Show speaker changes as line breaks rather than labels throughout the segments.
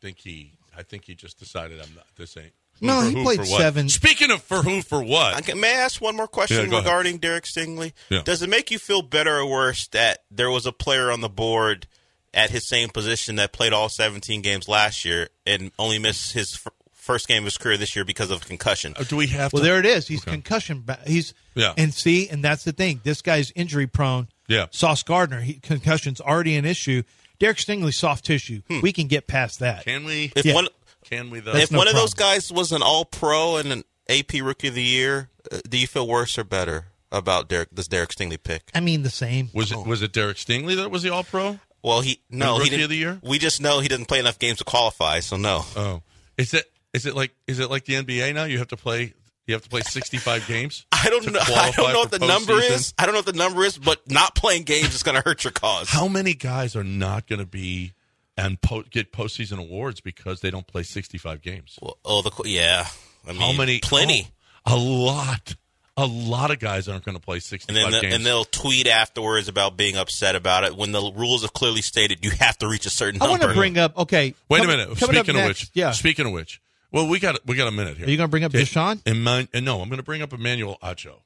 think he. I think he just decided I'm not. This ain't. who
No,
for
he
who
played
for what.
seven.
Speaking of for who for
I
what,
can, may I ask one more question
Yeah, go ahead.
regarding Derek Stingley?
Yeah.
Does it make you feel better or worse that there was a player on the board at his same position that played all 17 games last year and only missed his f- first game of his career this year because of a concussion?
Uh, do we have?
Well,
to,
there it is. He's concussion. Ba- he's
Yeah.
And see, and that's the thing. This guy's injury prone.
Yeah.
Sauce Gardner, he, concussion's already an issue. Derek Stingley, soft tissue.
Hmm.
We can get past that.
Can we?
If
Yeah.
one
Can we though?
That's
if
no
one of
problem.
those guys was an All Pro and an AP Rookie of the Year, uh, do you feel worse or better about Derek this Derek Stingley pick?
I mean, the same.
was
Oh.
it was it Derek Stingley that was the All Pro?
Well, he
And
no he
Rookie
didn't.
of the Year?
We just know he didn't play enough games to qualify, so no.
Oh, is it is it like is it like the NBA now? You have to play you have to play sixty five games.
I don't
to
know. I
qualify
don't know
for
what the number
postseason?
is. I don't know what the number is, but not playing games is going to hurt your cause.
How many guys are not going to be and po- get postseason awards because they don't play sixty five games?
Well, oh, the qu- yeah. I mean,
How many?
Plenty.
oh, a lot. A lot of guys aren't going to play sixty
and then
five
the-
games.
and they'll tweet afterwards about being upset about it when the rules have clearly stated you have to reach a certain
I want
number.
to bring up. Okay.
Wait
com-
a minute.
coming up
Speaking of
next-
which,
yeah.
Speaking of which, well, we got we got a minute here.
Are you going to bring up
Okay.
Deshaun?
Eman- and no, I'm going to bring up Emmanuel Acho.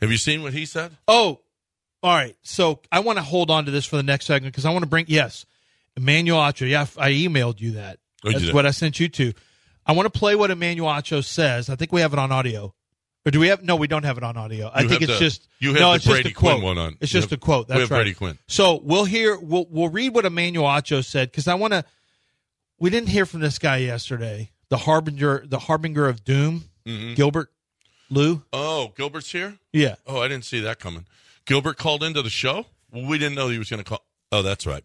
Have you seen what he said?
Oh, all right. So I want to hold on to this for the next segment because I want to bring yes, Emmanuel Acho. Yeah, I emailed you that.
Oh, you
That's
did.
what I sent you to. I want to play what Emmanuel Acho says. I think we have it on audio, or do we have? No, we don't have it on audio. I
You
think
have
it's
the-
just
you have
no,
the
it's
Brady
just a quote.
Quinn one on.
It's
You
just
have-
a quote. That's
we have
right.
Brady Quinn.
So we'll hear. We'll we'll read what Emmanuel Acho said because I want to. We didn't hear from this guy yesterday. The harbinger, the harbinger of doom,
Mm-hmm.
Gilbert Lou.
Oh, Gilbert's here.
Yeah.
Oh, I didn't see that coming. Gilbert called into the show. We didn't know he was going to call. Oh, that's right.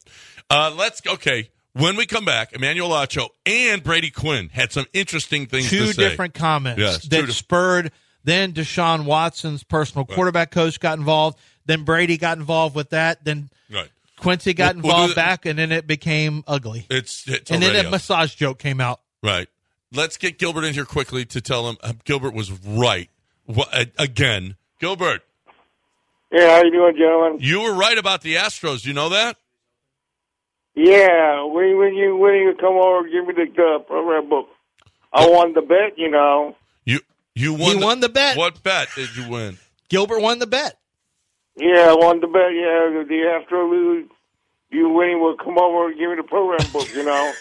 Uh, let's okay. When we come back, Emmanuel Acho and Brady Quinn had some interesting things
two
to say.
different comments
Yes, two
that
diff-
spurred then Deshaun Watson's personal quarterback coach got involved, then Brady got involved with that, then
Right.
Quincy got
We'll- we'll do
involved
the-
back, and then it became ugly.
It's, it's
and then
already
a
up.
massage joke came out.
Right. Let's get Gilbert in here quickly to tell him uh, Gilbert was right Wha- uh, again. Gilbert,
Yeah, how you doing, gentlemen?
you were right about the Astros. You know that?
Yeah, when when you when you come over, give me the uh, program book. I won the bet, you know.
You you won.
He won the bet.
What bet did you win?
Gilbert won the bet.
Yeah, I won the bet. Yeah, the Astros you winning will come over and give me the program book, you know.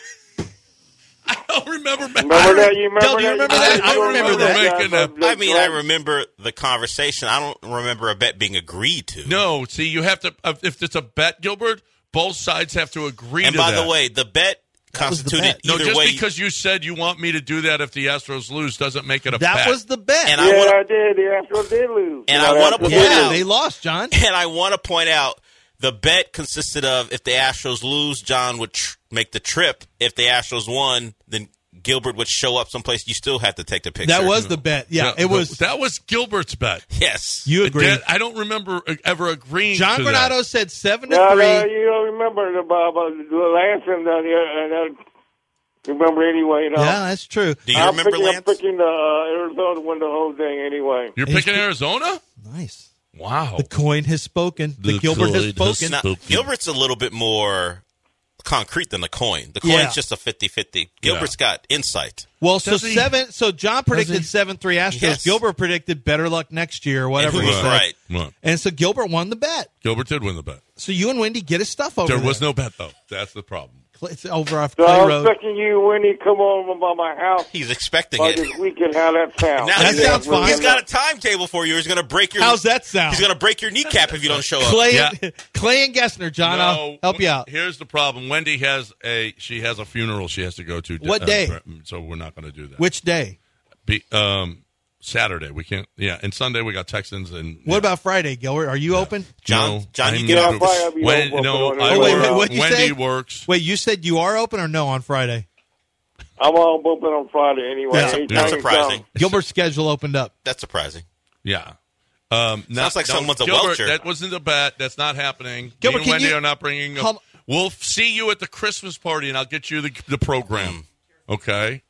I don't remember.
Remember that? You remember
Del, do you
that?
remember
that? I remember that. Making up.
I mean, I remember the conversation. I don't remember a bet being agreed to.
No, see, you have to. uh, If it's a bet, Gilbert, both sides have to agree.
and
to
by
that.
the way, the bet
was the
constituted
bet.
no,
either
just
way.
because you said you want me to do that if the Astros lose doesn't make it a
That
bet.
was the bet.
And
Yeah,
I wanna-
I did. The Astros did lose.
And
You
I
know,
wanna
the Astros
yeah,
point
did
out-
lose.
they lost, John.
and I want to point out the bet consisted of if the Astros lose, John would tr- make the trip. If the Astros won, then Gilbert would show up someplace. You still have to take the picture.
That was the bet. Yeah, it was.
That was Gilbert's bet.
yes.
you agree.
That- I don't remember uh, ever agreeing.
John
to that.
Granado said seven to
No,
three.
no, you don't remember the Bob uh, the last one. Uh, yeah, uh, remember anyway? You know?
Yeah, that's true.
Do you
I'm
remember
picking,
Lance?
I'm picking the uh, Arizona won the whole thing anyway.
You're picking Arizona.
Nice.
Wow.
The coin has spoken. The,
The
Gilbert has
coin has
spoken.
Now, Gilbert's a little bit more concrete than the coin. The coin's
Yeah.
just a 50-50. Gilbert's got insight.
Well, so
Does he-
seven. So John predicted
he?
seven three Astros.
Yes.
Gilbert predicted better luck next year, or
And
whatever.
who
he
was
said.
right?
Well,
And so Gilbert won the bet.
Gilbert did win the bet.
So you and Wendy get his stuff over.
There was no bet though. That's the problem.
It's over off
So
Clay
I'm
Road.
expecting you when you come over by my house
He's expecting
by
it.
this weekend. How that sounds?
Now
That
he's-
sounds fine.
He's got a timetable for you. He's going to break your.
How's that sound?
He's going to break your kneecap if you don't show up.
Clay,
Yeah.
and, Clay and Gessner, John. I'll help you out.
Here's the problem. Wendy has a she has a funeral she has to go to. uh,
What day?
So we're not going to do that.
Which day?
Be, um, Saturday we can't. Yeah, and Sunday we got Texans and.
What about Friday, Gilbert? Are you open?
John-
No,
John, you
I'm
get
not
off
open.
by, I'll be
Wen-
open
no,
on
I
it.
Oh, wait,
work.
wait, what'd you
Wendy
say?
works.
Wait, you said you are open or no on Friday?
I'm all open on Friday anyway.
That's-
Anytime
that's
you
surprising.
come.
Gilbert's schedule opened up.
That's surprising.
Yeah. Um, not,
Sounds like
don't-
someone's a
Gilbert,
welcher.
That wasn't a bet. That's not happening.
Gilbert,
Me and
can
Wendy
you-
are not bringing. Up.
Hum-
we'll see you at the Christmas party, and I'll get you the the program. Okay.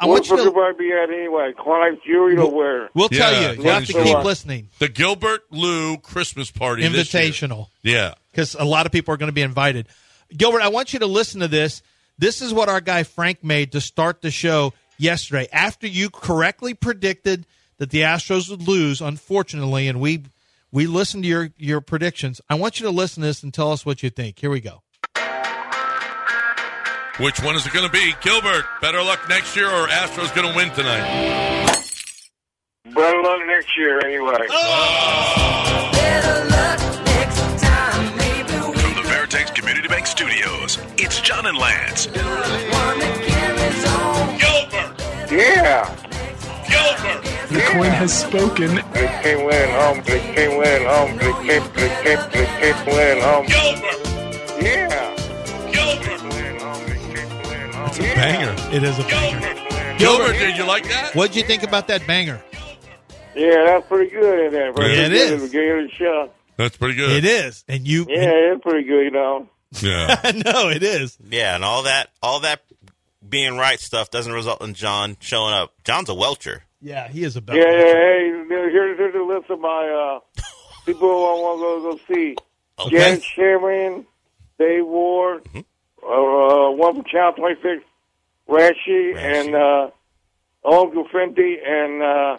I
Where
want you
should
to.
everybody be at anyway? Clive Jewelry or where?
We'll tell
Yeah,
you. You
why
have
don't
to
you
keep
go-
listening.
The Gilbert Lou Christmas party this year.
Invitational.
Yeah.
because a lot of people are going to be invited. Gilbert, I want you to listen to this. This is what our guy Frank made to start the show yesterday. After you correctly predicted that the Astros would lose, unfortunately, and we we listened to your your predictions. I want you to listen to this and tell us what you think. Here we go.
Which one is it going to be? Gilbert, better luck next year, or Astros going to win tonight?
Better luck next year anyway.
Better luck next time. Maybe we
From the Veritex Community Bank Studios, it's John and Lance.
one that carries on.
Gilbert,
Yeah.
Gilbert.
The coin has spoken.
They can't win at home. They can't win at home. They can't, they can't, they can't win at home.
Gilbert,
Yeah.
Gilbert,
It's
It is a
Gilbert. Gilbert, did you like that?
What would you think about that banger?
Yeah, that's pretty good in there. Pretty
Yeah, it
good
is.
at the beginning of the show.
That's pretty good.
It is, and you.
Yeah, it's pretty good, you know.
Yeah.
I know it is.
Yeah, and all that, all that being right stuff doesn't result in John showing up. John's a welcher.
Yeah, he is a better.
Yeah, yeah, hey, here's, here's a list of my uh, people who I want to go, go see. Jan Sherman, Dave Ward,
Mm-hmm.
uh, uh, one from Child 26, Rashi, and uh, Owen Gufenti, and uh,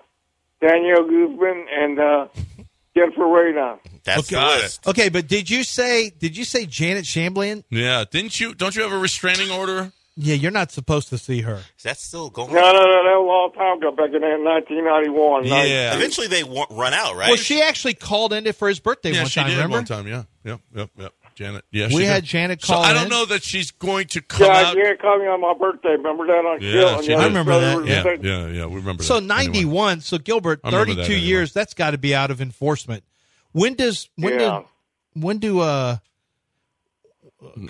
Daniel Guzman, and uh,
Mm-hmm.
Jennifer Radon.
That's the
Got
list.
Okay, but did you say did you say Janet Shamblin?
yeah. Didn't you? Don't you have a restraining order?
Yeah, you're not supposed to see her.
Is that still going?
No, no, no, that was a long time ago, back in 1991. like-
Eventually, they wa- run out, right?
Well, she actually called in it for his birthday
Yeah,
one
she
time.
did
remember?
one time. Yeah. Yep. Yep. Yep. Janet. Yeah.
We
she
had
did.
Janet
So
call
I don't
in.
know that she's going to come
Yeah,
out.
yeah, called me on my birthday. Remember that on
Yeah,
Kill?
she did.
and the
I
remember that,
Yeah.
other brother was like,
Yeah. yeah, We remember.
So
that. Anyway.
91. So Gilbert,
I remember
32
that anyway.
years. That's got to be out of enforcement. When does when
Yeah.
do when do uh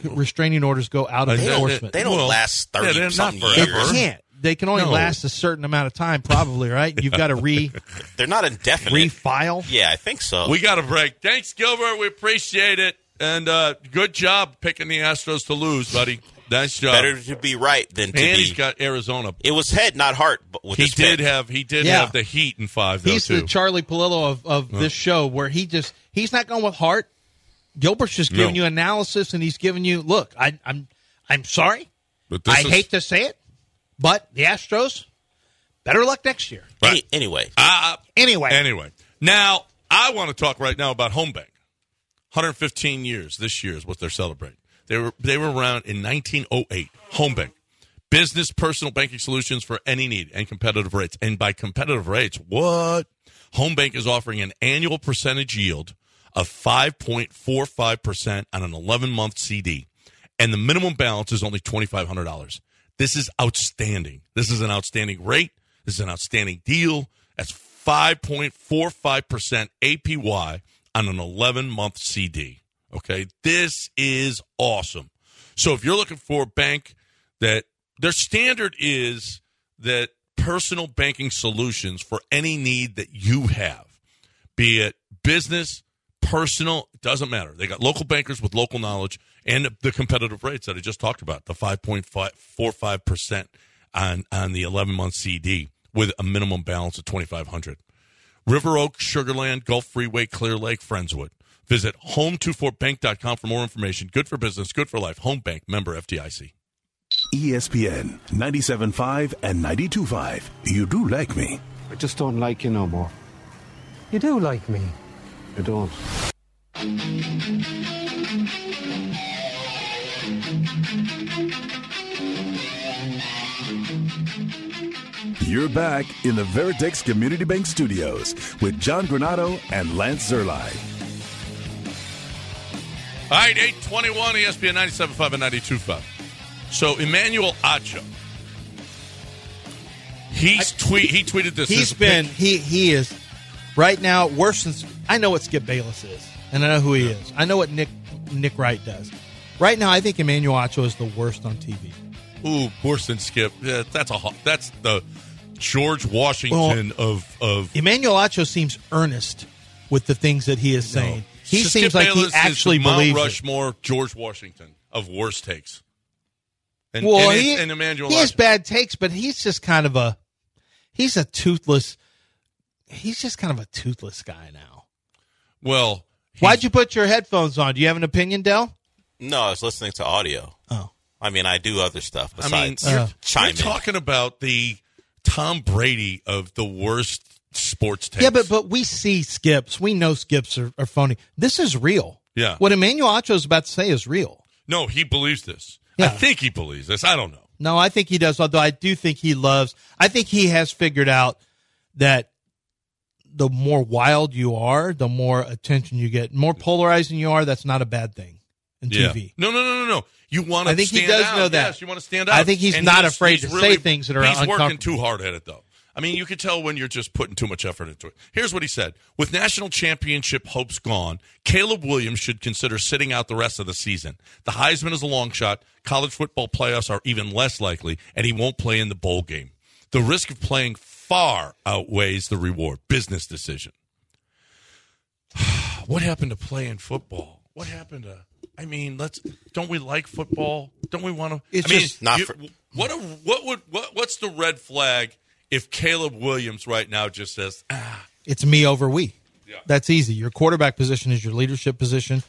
restraining orders go out of
I know
enforcement?
they don't
Well,
last
yeah,
thirty
they're not
something
forever.
They
years.
can't. They can only
No.
last a certain amount of time, probably. Right? You've got to re
They're not indefinite.
refile.
yeah, I think so.
We got a break. Thanks, Gilbert. We appreciate it. And uh, good job picking the Astros to lose, buddy. Nice job.
Better to be right than to
and
be.
he's got Arizona.
it was head, not heart. But with
He
his
did
pick.
have he did
Yeah.
have the heat in five though
He's
too.
the Charlie Palillo of, of this show, where he just he's not going with heart. Gilbert's just giving
No.
you analysis, and he's giving you look. I, I'm I'm sorry.
but
I
is-
hate to say it, but the Astros better luck next year.
Any- anyway.
Ah, ah.
Anyway,
anyway, now I want to talk right now about home bank. 115 years this year is what they're celebrating. They were they were around in 1908. Home Bank, business personal banking solutions for any need and competitive rates. And by competitive rates, what? Home Bank is offering an annual percentage yield of 5.45% on an 11-month CD. And the minimum balance is only $2500. This is outstanding. This is an outstanding rate. This is an outstanding deal. That's 5.45% APY on an 11 month CD. Okay. This is awesome. So if you're looking for a bank that their standard is that personal banking solutions for any need that you have, be it business, personal, doesn't matter. They got local bankers with local knowledge and the competitive rates that I just talked about, the 5.45% on, on the 11 month CD with a minimum balance of 2500 River Oak, Sugarland, Gulf Freeway, Clear Lake, Friendswood. Visit home24bank.com for more information. Good for business, good for life. Home Bank, member FDIC.
E ESPN 97.5 and 92.5. You do like me.
I just don't like you no more.
You do like me.
You don't.
You're back in the Veritex Community Bank Studios with John Granado and Lance Zerline.
All right, E 821 ESPN 97.5 and 92.5. So Emmanuel Acho. He's tweet, he tweeted this. There's
He's
a pic-
been he he is right now worse than I know what Skip Bayless is, and I know who he is. I know what Nick Nick Wright does. Right now, I think Emmanuel Acho is the worst on TV.
Ooh, worse than Skip. Yeah, that's a ho- that's the George Washington of of.
Emmanuel Acho seems earnest with the things that he is saying. He
oh. Skip
seems like
Bayless
he
is the
actually
Mount
believes. it.
Rushmore, George Washington of worst takes. And,
well,
and,
he,
and Emmanuel
he has
Acho.
bad takes, but he's just kind of a he's a toothless. He's just kind of a toothless guy now.
Well,
Why'd you put your headphones on? Do you have an opinion, Dell?
No, I was listening to audio.
Oh,
I mean, I do other stuff
I mean,
besides
you're,
Uh.
chime
you're
in.
talking about the Tom Brady of the worst sports takes.
Yeah, but but we see skips. We know skips are, are phony. This is real.
Yeah.
What Emmanuel Acho is about to say is real.
no, he believes this. I
Yeah.
think he believes this. I don't know.
No, I think he does. Although I do think he loves. I think he has figured out that the more wild you are, the more attention you get, more polarizing you are. That's not a bad thing in TV.
No, no, no, no, no. You want to.
I think he
stand
does
out.
know that.
Yes, you want to stand out.
I think he's not afraid to say things that are
He's working
uncomfortable.
too hard at it, though. I mean, you can tell when you're just putting too much effort into it. Here's what he said: With national championship hopes gone, Caleb Williams should consider sitting out the rest of the season. The Heisman is a long shot. College football playoffs are even less likely, and he won't play in the bowl game. The risk of playing far outweighs the reward. Business decision. what happened to playing football? What happened to? I mean, let's don't we like football? Don't we want to?
It's
I mean,
just
not
you-
for-
what a, what would what what's the red flag if Caleb Williams right now just says "Ah,
It's me over we. That's easy. Your quarterback position is your leadership position.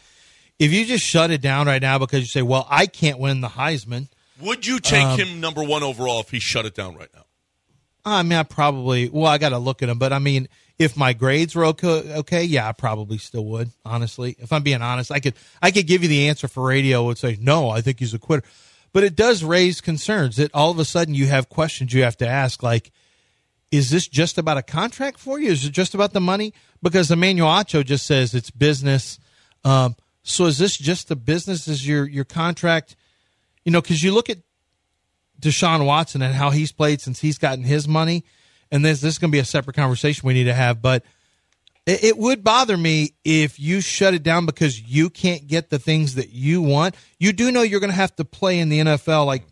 If you just shut it down right now because you say, "Well, I can't win the Heisman,"
would you take
Um,
him number one overall if he shut it down right now?
I mean, I probably. Well, I got to look at them, but I mean, if my grades were okay, okay, yeah, I probably still would. Honestly, if I'm being honest, I could, I could give you the answer for radio. Would say no, I think he's a quitter, but it does raise concerns that all of a sudden you have questions you have to ask, like, is this just about a contract for you? Is it just about the money? Because Emmanuel Acho just says it's business. Um, so is this just the business? Is your your contract? You know, because you look at Deshaun Watson and how he's played since he's gotten his money. And this this is going to be a separate conversation we need to have, but it, it would bother me if you shut it down because you can't get the things that you want. You do know you're going to have to play in the NFL, like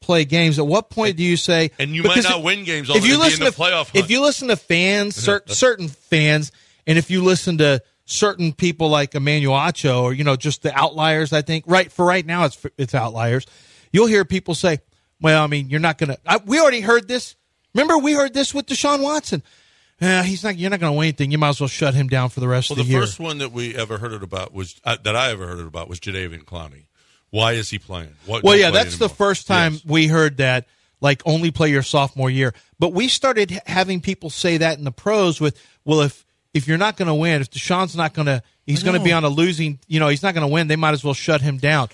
play games. At what point do you say?
And you might
because
not
it-
win games only to be in
to,
the playoff hunt.
If you listen to fans, cer- certain fans, and if you listen to certain people like Emmanuel Acho or you know just the outliers, I think right for right now it's it's outliers. You'll hear people say, "Well, I mean, you're not gonna." I, we already heard this. Remember, we heard this with Deshaun Watson. "Eh, he's not. You're not going to win anything. You might as well shut him down for the rest
Well,
of
the
the, year.
first one that we ever heard it about was uh, that I ever heard it about was Jadavian Clowney. Why is he playing? Why-
Well,
don't
yeah,
play
that's the
anymore?
first time
Yes.
we heard that. Like only play your sophomore year, but we started h- having people say that in the pros with, well, if if you're not going to win, if Deshaun's not going to, he's going to be on a losing. You know, he's not going to win. They might as well shut him down.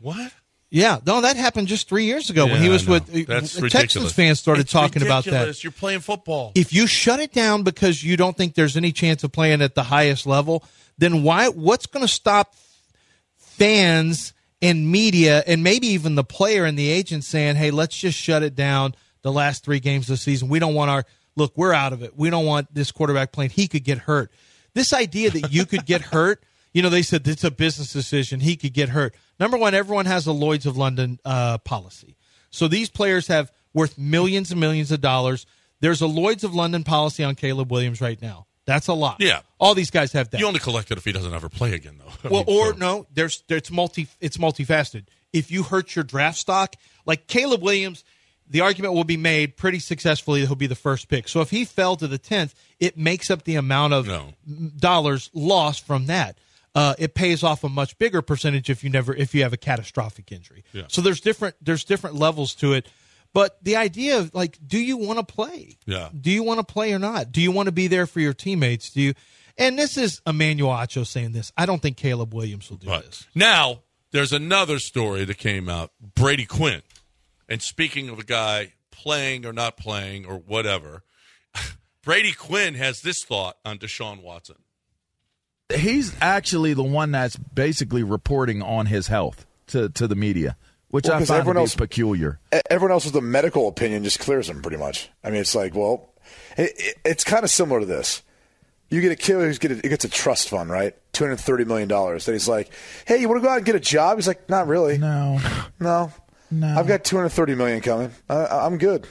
What?
Yeah, no, that happened just three years ago when
Yeah,
he
I
was
know.
with
That's
Texans
ridiculous.
fans started
It's
talking about that.
ridiculous. You're playing football.
If you shut it down because you don't think there's any chance of playing at the highest level, then why? What's going to stop fans and media and maybe even the player and the agent saying, "Hey, let's just shut it down." The last three games of the season, we don't want our look. We're out of it. We don't want this quarterback playing. He could get hurt. This idea that you could get hurt. You know, they said it's a business decision. He could get hurt. Number one, everyone has a Lloyd's of London uh, policy. So these players have worth millions and millions of dollars. There's a Lloyd's of London policy on Caleb Williams right now. That's a lot.
Yeah.
All these guys have that.
You only collect it if he doesn't ever play again, though.
Well, or no, there's there's multi it's multifaceted. If you hurt your draft stock, like Caleb Williams, the argument will be made pretty successfully that he'll be the first pick. So if he fell to the tenth, it makes up the amount of
No.
dollars lost from that. Uh, it pays off a much bigger percentage if you never if you have a catastrophic injury. So there's different there's different levels to it. But the idea of like, do you want to play?
Yeah.
Do you want to play or not? Do you want to be there for your teammates? Do you? And this is Emmanuel Acho saying this. I don't think Caleb Williams will do
Right.
this.
Now, there's another story that came out Brady Quinn. And speaking of a guy playing or not playing or whatever, Brady Quinn has this thought on Deshaun Watson.
he's actually the one that's basically reporting on his health to, to the media, which
Well,
I
'cause
find to
everyone
be
else-
peculiar.
E- everyone else with a medical opinion just clears them pretty much. I mean, it's like, well, it, it, it's kind of similar to this. You get a kid who's get a, who gets a trust fund, right? Two hundred thirty million dollars. Then he's like, "Hey, you want to go out and get a job?" He's like, "Not really. No, no, no. I've got two hundred thirty million coming. I, I'm good."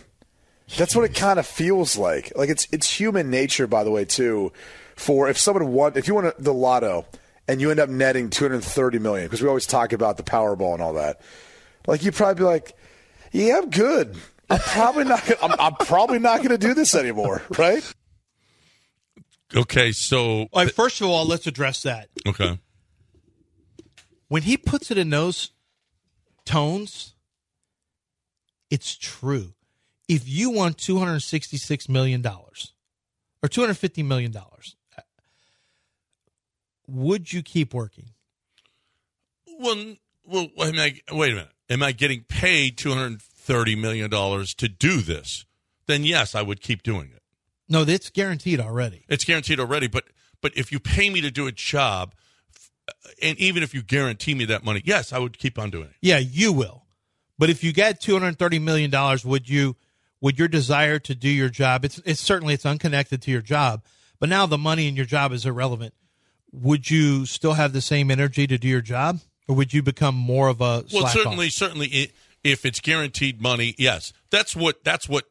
That's what it kind of feels like. Like it's it's human nature, by the way, too. For if someone won, if you won the lotto and you end up netting two hundred thirty million, because we always talk about the Powerball and all that, like you'd probably be like, "Yeah, I'm good. I'm probably not. Gonna, I'm, I'm probably not going to do this anymore." Right?
Okay, so.
All right, first of all, let's address that.
Okay.
When he puts it in those tones, it's true. If you won two hundred sixty-six million dollars or two hundred fifty million dollars, would you keep working?
Well, well am I, wait a minute. Am I getting paid $230 million to do this? Then, yes, I would keep doing it.
No, that's guaranteed already.
It's guaranteed already, but but if you pay me to do a job, f- and even if you guarantee me that money, yes, I would keep on doing it.
Yeah, you will. But if you get two hundred thirty million dollars, would you? Would your desire to do your job? It's it's certainly it's unconnected to your job, but now the money in your job is irrelevant. Would you still have the same energy to do your job, or would you become more of a?
Well,
slack-off?
certainly, certainly, i if it's guaranteed money, yes, that's what that's what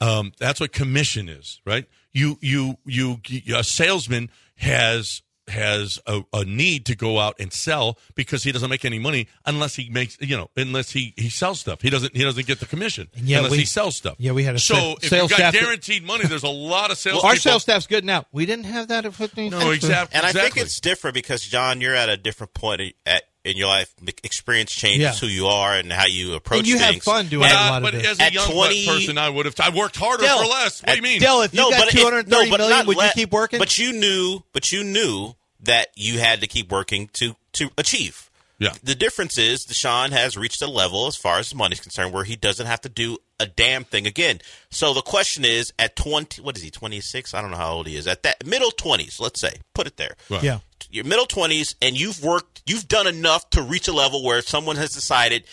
um, that's what commission is, right? You you you a salesman has has a, a need to go out and sell because he doesn't make any money unless he makes you know unless he he sells stuff he doesn't he doesn't get the commission
Yeah,
unless
we-
he sells stuff
yeah, we had a
so
sa-
if
sales
you got
staff that-
guaranteed money there's a lot of sales
Well, our sales staff's good now. We didn't have that. At
No, exact-
And I think
exactly.
it's different because John, you're at a different point in- at in your life. The Experience changes
Yeah.
who you are and how you approach
And you have
things.
fun doing
But,
a
I-
lot
but
of this.
as a
At
young
20
person, I would have. I worked harder
Dell,
for less. What do you mean?
Dell, if you got
but it-
two hundred thirty
but
million,
not
would
let-
you keep working?
But you knew, but you knew that you had to keep working to to achieve.
Yeah.
The difference is Deshaun has reached a level as far as money's concerned where he doesn't have to do a damn thing again. So the question is at 20 what is he 26? I don't know how old he is. At that middle 20s, let's say. Put it there.
Right.
yeah,
Your middle 20s and you've worked you've done enough to reach a level where someone has decided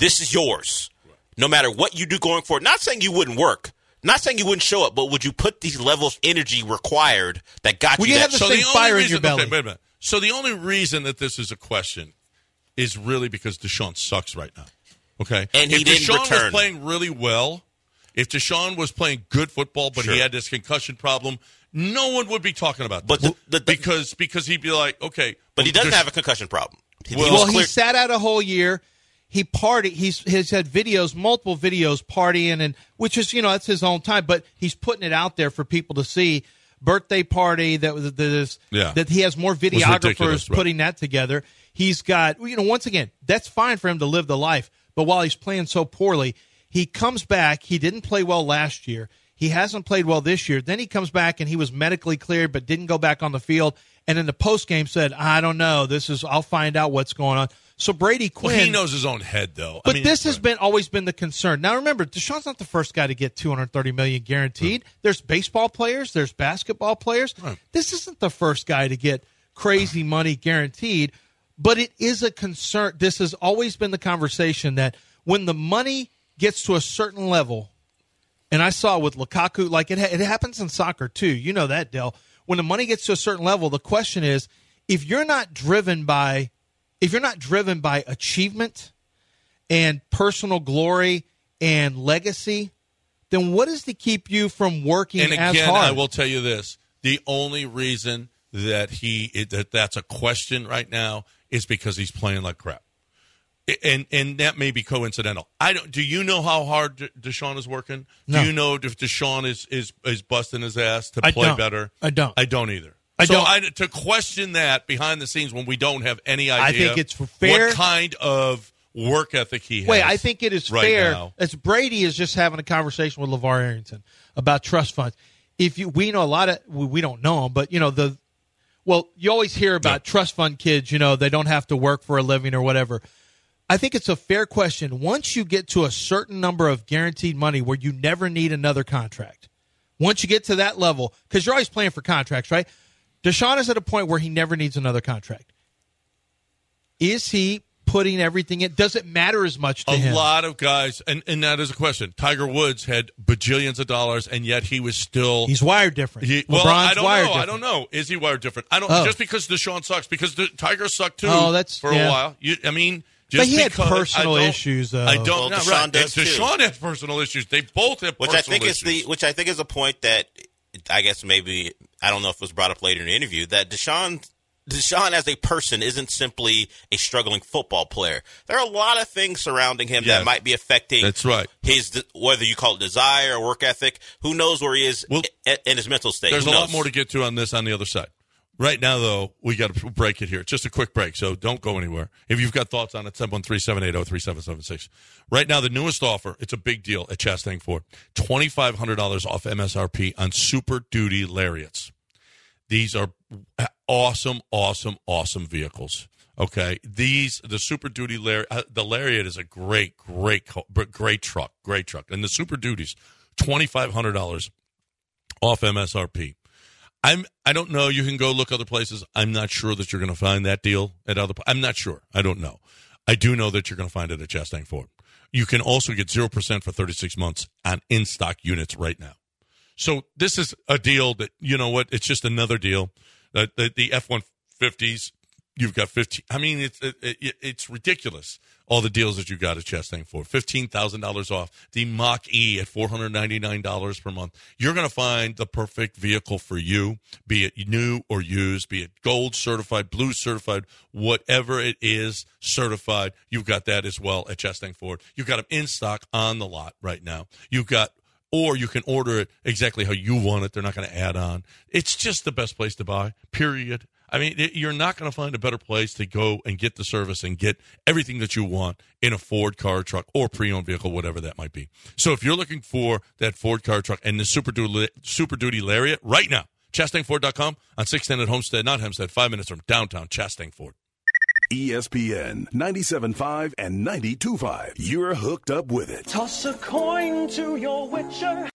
this is yours. No matter what you do going forward. Not saying you wouldn't work. Not saying you wouldn't show up, but would you put the level of energy required that got
Well,
you
you have
that
the
so
same
only
fire in
reason,
your belly.
Okay, wait a minute. So the only reason that this is a question is really because Deshaun sucks right now. Okay,
And he
if
didn't
Deshaun was
return.
playing really well, if Deshaun was playing good football, but he
Sure.
had this concussion problem, no one would be talking about
But
this.
the- the- the-
because because he'd be like, okay,
But he doesn't
Desha-
have a concussion problem. He, he
Well-
was
Well, he
clear-
sat out a whole year. He party. He's he's had videos, multiple videos, partying, and which is you know that's his own time, but he's putting it out there for people to see. Birthday party that was that is
Yeah.
that he has more
ridiculous,
videographers
right.
putting that together. He's got you know once again that's fine for him to live the life, but while he's playing so poorly, he comes back. He didn't play well last year. He hasn't played well this year. Then he comes back and he was medically cleared, but didn't go back on the field. And in the post game said, "I don't know. This is. I'll find out what's going on." So Brady Quinn.
Well, he knows his own head, though.
But this has been always been the concern. Now remember, Deshaun's not the first guy to get 230 million guaranteed. There's baseball players, there's basketball players. This isn't the first guy to get crazy money guaranteed, but it is a concern. This has always been the conversation that when the money gets to a certain level, and I saw with Lukaku, like it, ha- it happens in soccer too. You know that, Dell. When the money gets to a certain level, the question is if you're not driven by if you're not driven by achievement and personal glory and legacy, then what is to keep you from working
and
as
again,
hard?
I will tell you this: the only reason that he it- that that's a question right now is because he's playing like crap, I- and and that may be coincidental. I don't. Do you know how hard D- Deshaun is working?
No.
Do you know if Deshaun is is is busting his ass to
I
play
don't.
better?
I don't.
I don't either.
I
so
don't.
I, to question that behind the scenes when we don't have any
I
idea.
think it's fair-
What kind of work ethic he has?
Wait, I think it is
right
fair.
now.
As Brady is just having a conversation with LeVar Arrington about trust funds. If you, we know a lot of, we, we don't know them, but you know the, well, you always hear about trust fund kids. You know they don't have to work for a living or whatever. I think it's a fair question. Once you get to a certain number of guaranteed money, where you never need another contract, once you get to that level, because you're always playing for contracts, right? Deshaun is at a point where he never needs another contract. Is he putting everything in? Does it matter as much to
a
him?
lot of guys, and, and that is a question. Tiger Woods had bajillions of dollars, and yet he was still.
He's wired different.
He- well,
LeBron's
I don't
wired
know. I
different.
don't know. Is he wired different? I don't.
Oh.
Just because Deshaun sucks, because the Tiger sucked too.
Oh, that's-
for
yeah.
a while. You, I mean,
But
just
he had
because, I
personal
don't-
issues, though.
I don't.
Well,
know.
Deshaun
right.
does, too.
Deshaun has personal issues. They both have
which I
personal
think
issues.
is the which I think is a point that I guess maybe I don't know if it was brought up later in the interview that Deshaun Deshaun as a person isn't simply a struggling football player. There are a lot of things surrounding him
Yes.
that might be affecting.
That's right.
His de- whether you call it desire or work ethic, who knows where he is i- in his mental state?
There's
Who
a lot
knows?
more to get to on this on the other side. Right now, though, we got to break it here. Just a quick break, so don't go anywhere. If you've got thoughts on it, 713-780-3776. Right now, the newest offer, it's a big deal at Chastain Ford. $2,500 off MSRP on Super Duty Lariats. These are awesome, awesome, awesome vehicles. Okay, these the Super Duty Lariat. Uh, the Lariat is a great, great, co- great truck, great truck, and the Super Duties, twenty five hundred dollars off MSRP. I'm I don't know. You can go look other places. I'm not sure that you're going to find that deal at other. I'm not sure. I don't know. I do know that you're going to find it at Chastang Ford. You can also get zero percent for 36 months on in stock units right now. So this is a deal that you know what? It's just another deal. Uh, the the F one fifties. You've got fifteen. I mean, it's it, it, it's ridiculous. All the deals that you got at Chastain for fifteen thousand dollars off the Mach E at four hundred ninety nine dollars per month. You're going to find the perfect vehicle for you, be it new or used, be it gold certified, blue certified, whatever it is certified. You've got that as well at Chastain Ford. You've got them in stock on the lot right now. You've got or you can order it exactly how you want it. They're not going to add on. It's just the best place to buy, period. I mean, it- you're not going to find a better place to go and get the service and get everything that you want in a Ford car, truck, or pre owned vehicle, whatever that might be. So if you're looking for that Ford car, truck, and the Super Duty, Super Duty Lariat right now, ChastainFord.com on 610 at Homestead, not Homestead, five minutes from downtown Chastain Ford.
E ESPN 97.5 and 92.5. You're hooked up with it.
Toss a coin to your witcher.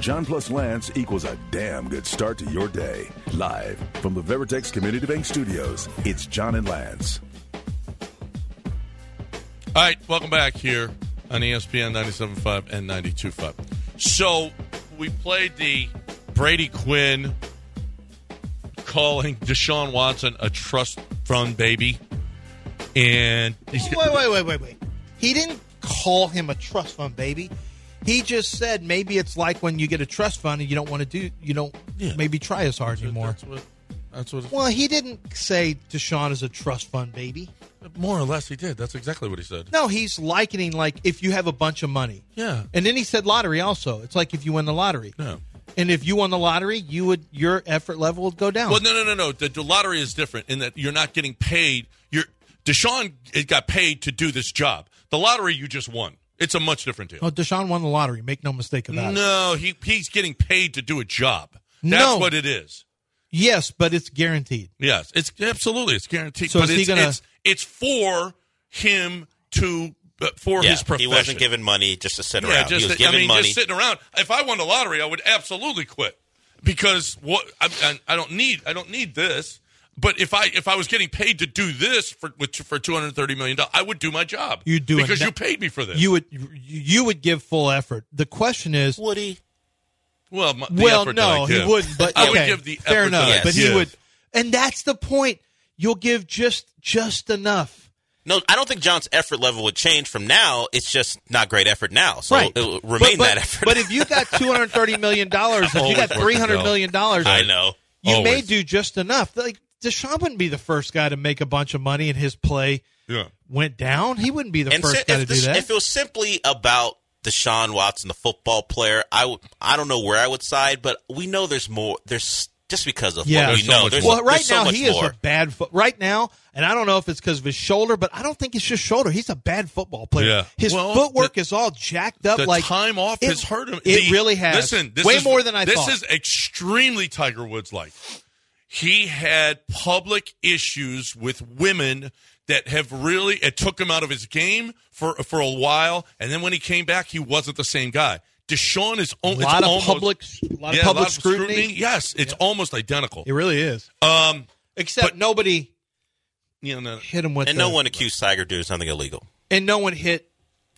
John plus Lance equals a damn good start to your day. Live from the Veritex Community Bank Studios, it's John and Lance.
All right, welcome back here on E ESPN 97.5 and 92.5. So we played the Brady Quinn calling Deshaun Watson a trust fund baby. And he's
wait, wait, wait, wait, wait. He didn't call him a trust fund baby. He just said maybe it's like when you get a trust fund and you don't want to do, you don't maybe try as hard anymore.
That's what, that's what
Well, he didn't say Deshaun is a trust fund baby.
More or less, he did. That's exactly what he said.
No, he's likening like if you have a bunch of money.
Yeah.
And then he said lottery also. It's like if you win the lottery.
No.
And if you won the lottery, you would your effort level would go down.
Well, no, no, no, no. The, the lottery is different in that you're not getting paid. You're Deshaun it got paid to do this job. The lottery you just won. It's a much different deal.
Oh, Deshaun won the lottery. Make no mistake about it.
no, he he's getting paid to do a job. That's
No.
what it is.
Yes, but it's guaranteed.
Yes, it's absolutely it's guaranteed.
So
but
is he
it's,
gonna-
it's it's for him to uh, for
Yeah,
his profession.
He wasn't given money just to sit
Yeah,
around. he was
that-
given
I mean,
money.
just sitting around. If I won the lottery, I would absolutely quit because what I, I, I don't need. I don't need this. But if I if I was getting paid to do this for with, for two hundred thirty million dollars, I would do my job.
You do it
because
now.
you paid me for this.
You would you- you would give full effort. The question is
would he?
well, my, the
Well,
effort that I
no,
give.
he wouldn't. But
I would
okay,
give the
fair
effort that
enough.
I
But
give.
he would, and that's the point. You'll give just just enough.
No, I don't think John's effort level would change from now. It's just not great effort now. So
right.
it will
But-
remain
but-
that effort.
But if you got two hundred thirty million dollars, if you
Always
got
working
three hundred
out.
million dollars,
I know.
you may
Always.
do just enough. Like Deshaun wouldn't be the first guy to make a bunch of money and his play
Yeah.
went down. He wouldn't be the
si-
first guy to
if, this-
do that.
if it was simply about Deshaun Watson, the football player, I would. I don't know where I would side, but we know there's more. There's just because of
Yeah.
what we
There's
so
know.
much
There's,
more.
well, right
there's so
now
much
he
more.
is a bad foot. Right now, and I don't know if it's because of his shoulder, but I don't think it's just shoulder. He's a bad football player.
Yeah.
His
Well,
footwork
the-
is all jacked up.
the
like
time off
it-
has hurt him.
It
The-
really has.
Listen, this
way
is-
more than I
this
thought.
is extremely Tiger Woods like. He had public issues with women that have really it took him out of his game for for a while, and then when he came back, he wasn't the same guy. Deshaun is
a
only
lot of
almost,
public, a lot
yeah,
of
a
public
lot of
scrutiny.
Yes, it's almost identical.
It really is.
Um,
Except nobody
you know,
hit him with,
and
the-
no one accused Tiger Dude of something illegal.
and no one hit.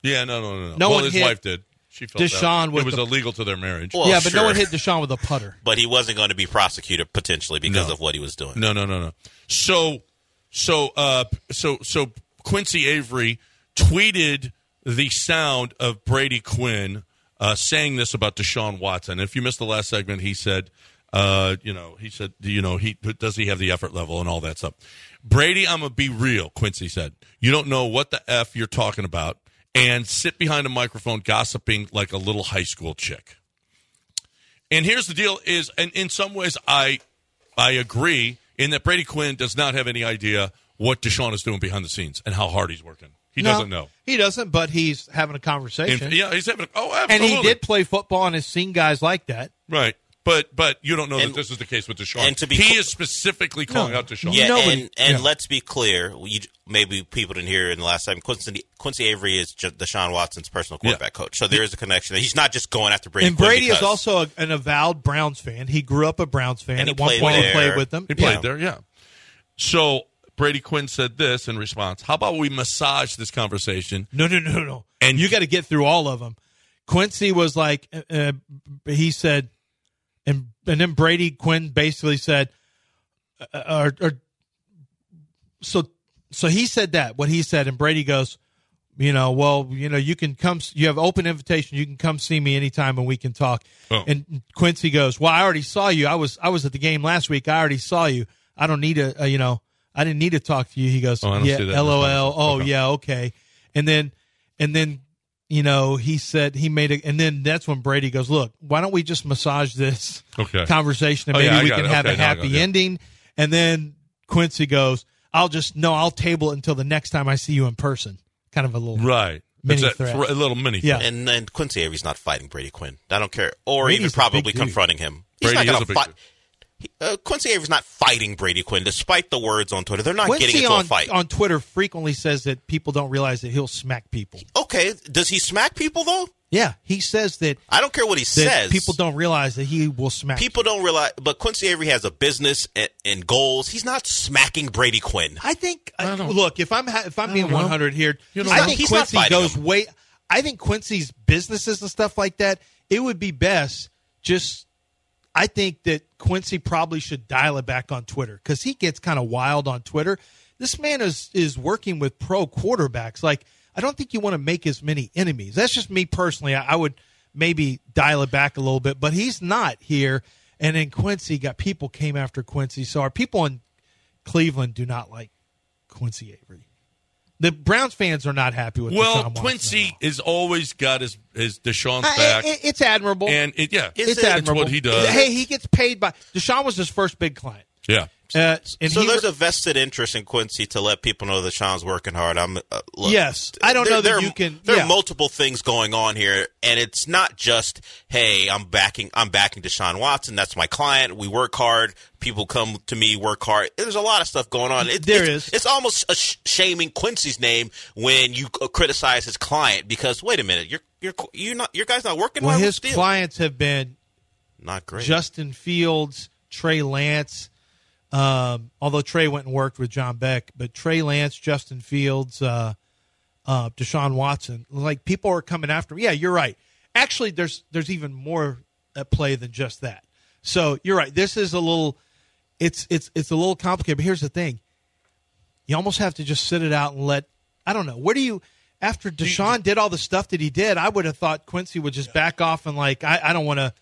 yeah, no, no, no, no.
No
well,
one
his
hit
wife did. She felt
Deshaun
that.
with
it was
the-
illegal to their marriage.
Well,
yeah, but
sure.
no one hit Deshaun with a putter.
But he wasn't going to be prosecuted potentially because
No.
of what he was doing.
No, no, no, no. So, so, uh, so, so Quincy Avery tweeted the sound of Brady Quinn uh, saying this about Deshaun Watson. If you missed the last segment, he said, uh, you know, he said, you know, he does he have the effort level and all that stuff. Brady, I'm gonna be real. Quincy said, you don't know what the f you're talking about, and sit behind a microphone gossiping like a little high school chick. And here's the deal: is and in some ways, I I agree in that Brady Quinn does not have any idea what Deshaun is doing behind the scenes and how hard he's working. He
No,
doesn't know.
He doesn't, but he's having a conversation.
And- yeah, he's having. Oh,
and
absolutely.
he did play football and has seen guys like that.
right. But but you don't know
And-
that this is the case with Deshaun.
and to be
he
cl-
is specifically calling out Deshaun.
Yeah,
Nobody-
and, and
yeah.
let's be clear. You, maybe people didn't hear in the last time. Quincy, Quincy Avery is just Deshaun Watson's personal quarterback coach, so there is a connection. He's not just going after Brady.
And Brady
Quinn
is also a, an avowed Browns fan. He grew up a Browns fan.
And he
At one
played
point, he
there.
played with them.
He
Yeah.
played there, yeah. So Brady Quinn said this in response. How about we massage this conversation?
No, no, no, no.
And-
And you got to get through all of them. Quincy was like, uh, uh, he said, and and then Brady Quinn basically said, uh, uh, or, or so so he said that what he said, and Brady goes, you know, well, you know, you can come, s- you have open invitation, you can come see me anytime and we can talk.
Oh.
And Quincy goes, well, I already saw you. I was I was at the game last week. I already saw you. I don't need a, uh you know, I didn't need to talk to you. He goes,
Oh, I don't
yeah,
see that in this
lol.
conversation.
Oh
Okay.
yeah, okay. And then and then you know he said he made it, and then that's when Brady goes, look, why don't we just massage this
Okay.
conversation and
Oh, yeah,
maybe
I
we
got
can
it.
have
Okay,
a
now I got
happy
it, yeah.
ending. And then Quincy goes, I'll just no, I'll table it until the next time I see you in person. Kind of a little
Right.
Mini
it's a,
threat.
thre- a little mini.
Yeah.
threat.
and and Quincy Avery's not fighting Brady Quinn. I don't care, or
Brady's
even
a
probably
big dude.
confronting him. He's
Brady is a
not going to
big
fight.
dude.
He- Uh, Quincy Avery's not fighting Brady Quinn, despite the words on Twitter. They're not getting
Quincy
into
on,
a fight.
on Twitter frequently says that people don't realize that he'll smack people.
okay, does he smack people though?
Yeah, he says that,
I don't care what he
that
says.
people don't realize that he will smack.
People don't realize, but Quincy Avery has a business and, and goals. He's not smacking Brady Quinn.
I think. uh,
I don't-
look, if I'm ha- if I'm being
know.
100 here,
You don't
I
know.
think
He's not
Quincy
fighting
goes
him.
way. I think Quincy's businesses and stuff like that. It would be best just. I think that Quincy probably should dial it back on Twitter because he gets kind of wild on Twitter. This man is is working with pro quarterbacks. Like I don't think you want to make as many enemies. That's just me personally. I, I would maybe dial it back a little bit, but he's not here. And then Quincy got people came after Quincy. So our people in Cleveland do not like Quincy Avery. The Browns fans are not happy with.
Well,
Deshaun Watson.
Quincy has always got his his Deshaun's
I- I-
back,
Uh, it- it's admirable.
and it yeah,
it's admirable.
what he does.
Hey, he gets paid by Deshaun was his first big client.
yeah.
Uh, and
so
he-
there's a vested interest in Quincy to let people know that Sean's working hard. I'm uh, look,
Yes. I don't
there-
know that
there are-
you can-
There
yeah.
are multiple things going on here, and it's not just hey, I'm backing, I'm backing Deshaun Watson. That's my client. We work hard. People come to me, work hard. There's a lot of stuff going on. It,
There
it's,
is.
It's almost a sh- shaming Quincy's name when you c- criticize his client because wait a minute, you're you're you're not your guy's not working.
well,
hard.
his
What's the deal?
clients have been
not great.
Justin Fields, Trey Lance. Um, although Trey went and worked with John Beck, but Trey Lance, Justin Fields, uh, uh, Deshaun Watson, like people are coming after him. Yeah, you're right. Actually, there's there's even more at play than just that. So you're right. This is a little, it's it's it's a little complicated. But here's the thing: you almost have to just sit it out and let. I don't know. Where do you? After Deshaun did all the stuff that he did, I would have thought Quincy would just back off and like, I, I don't want to.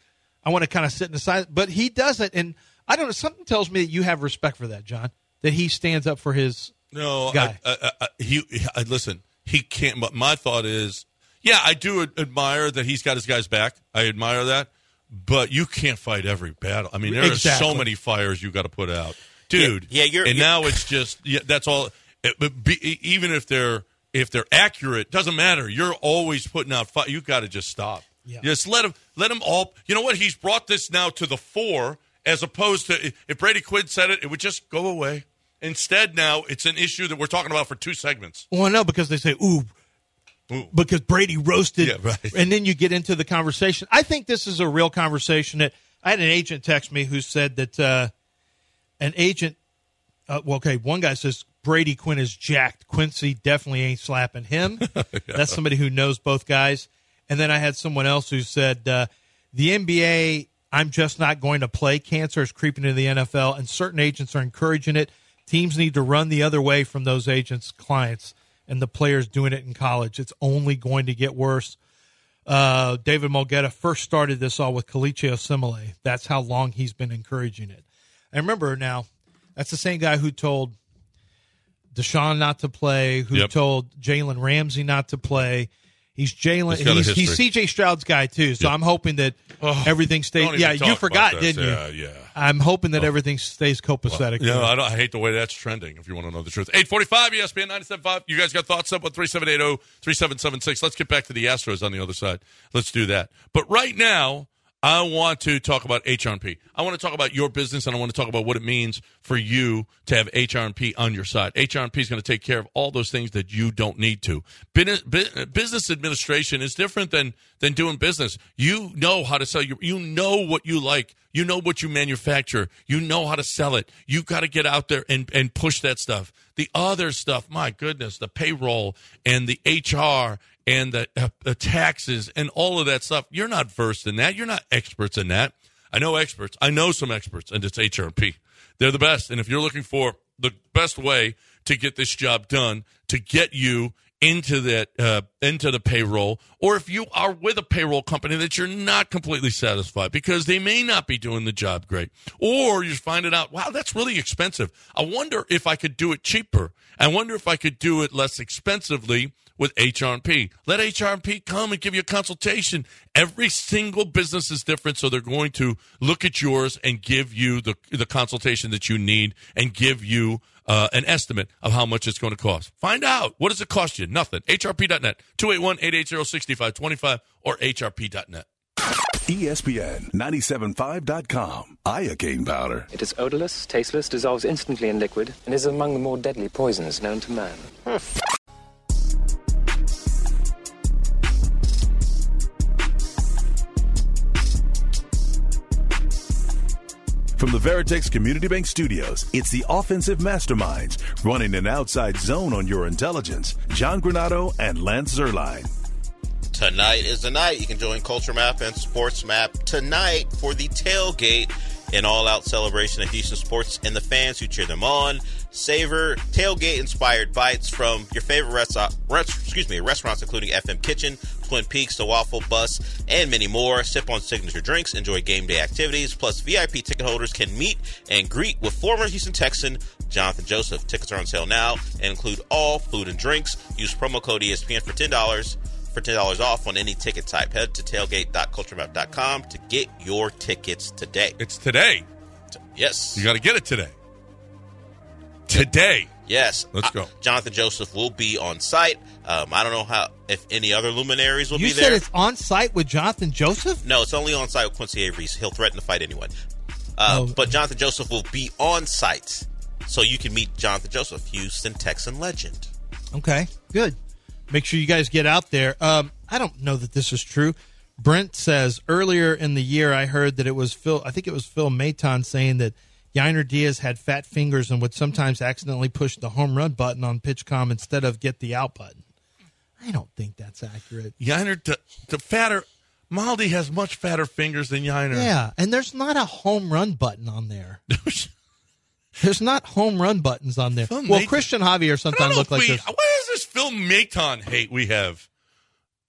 I want to kind of sit in the side, but he doesn't. And I don't know. Something tells me that you have respect for that, John. That he stands up for his
No,
guy.
I, I, I, he, I, listen, he can't. But my thought is, yeah, I do ad- admire that he's got his guys back. I admire that, but you can't fight every battle. I mean, there are
Exactly.
so many fires you got to put out, dude.
yeah, you're-
and
you're-
now it's just yeah, that's all. It, but be, e, even if they're if they're accurate, doesn't matter. You're always putting out fire. You got to just stop.
Yeah.
Just let him let him all. You know what? He's brought this now to the fore, as opposed to if Brady Quinn said it, it would just go away. Instead, now it's an issue that we're talking about for two segments.
Well, no, because they say, ooh,
Ooh.
because Brady roasted.
Yeah, right.
And then you get into the conversation. I think this is a real conversation that I had an agent text me who said that uh, an agent, uh, well, okay, one guy says Brady Quinn is jacked. Quincy definitely ain't slapping him. That's somebody who knows both guys. And then I had someone else who said, uh, the NBA, I'm just not going to play. Cancer is creeping into the NFL, and certain agents are encouraging it. Teams need to run the other way from those agents' clients and the players doing it in college. It's only going to get worse. Uh, David Mulgeta first started this all with Calicio Simile. That's how long he's been encouraging it. I remember now, that's the same guy who told Deshaun not to play, who
Yep.
told Jalen Ramsey not to play. He's Jalen.
He's got a
He's, he's
history. Oh,
CJ Stroud's guy too. So I'm hoping that everything
don't
stays.
even
Yeah,
talk
you
about
forgot,
this.
didn't
Yeah,
you?
yeah.
I'm hoping that everything stays copacetic.
Yeah, I, don't, I hate the way that's trending, if you want to know the truth. E 845 ESPN 975. You guys got thoughts up on 3780 3776. Let's get back to the Astros on the other side. Let's do that. But right now, I want to talk about HRP. I want to talk about your business and I want to talk about what it means for you to have HRP on your side. HRP is going to take care of all those things that you don't need to. Business, bu- business administration is different than than doing business. You know how to sell your you know what you like. You know what you manufacture. You know how to sell it. You got to get out there and, and push that stuff. The other stuff, my goodness, the payroll and the HR and the, uh, the taxes and all of that stuff. You're not versed in that. You're not experts in that. I know experts. I know some experts, and it's HRP. They're the best. And if you're looking for the best way to get this job done, to get you into that uh, into the payroll, or if you are with a payroll company that you're not completely satisfied because they may not be doing the job great, or you're finding out, wow, that's really expensive. I wonder if I could do it cheaper. I wonder if I could do it less expensively with HRP. Let HRP come and give you a consultation. Every single business is different, so they're going to look at yours and give you the the consultation that you need and give you uh, an estimate of how much it's going to cost. Find out what does it cost you. Nothing. HRP.net 281-880-6525 or HRP.net.
E ESPN 975.com. Iocane powder.
It is odorless, tasteless, dissolves instantly in liquid, and is among the more deadly poisons known to man.
From the Veritex Community Bank Studios, it's the offensive masterminds running an outside zone on your intelligence. John Granado and Lance Zerline.
Tonight is the night. You can join Culture Map and Sports Map tonight for the tailgate and all out celebration of Houston sports and the fans who cheer them on. Savor tailgate inspired bites from your favorite restaurant, excuse me, restaurants including FM Kitchen, Twin Peaks, The Waffle Bus, and many more. Sip on signature drinks, enjoy game day activities. Plus, VIP ticket holders can meet and greet with former Houston Texan Jonathan Joseph. Tickets are on sale now and include all food and drinks. Use promo code E ESPN for ten dollars for ten dollars off on any ticket type. Head to tailgate.culturemap.com to get your tickets today.
It's today.
Yes.
You got to get it today. Today.
Yes.
Let's
I-
go.
Jonathan Joseph will be on site. Um, I don't know how if any other luminaries will
You
be
said
there.
it's on site with Jonathan Joseph.
No, it's only on site with Quincy Avery's. He'll threaten to fight anyone. Uh,
Oh.
But Jonathan Joseph will be on site, so you can meet Jonathan Joseph, Houston Texan legend.
Okay, good. Make sure you guys get out there. Um, I don't know that this is true. Brent says earlier in the year, I heard that it was Phil. I think it was Phil Maton saying that Yiner Diaz had fat fingers and would sometimes accidentally push the home run button on PitchCom instead of get the out button. I don't think that's accurate.
Yiner, the, the fatter, Maldi has much fatter fingers than Yiner.
Yeah, and there's not a home run button on there. there's not home run buttons on there. well,
Maton-
Christian Javier sometimes look like
we,
this.
What is this Phil Maton hate we have?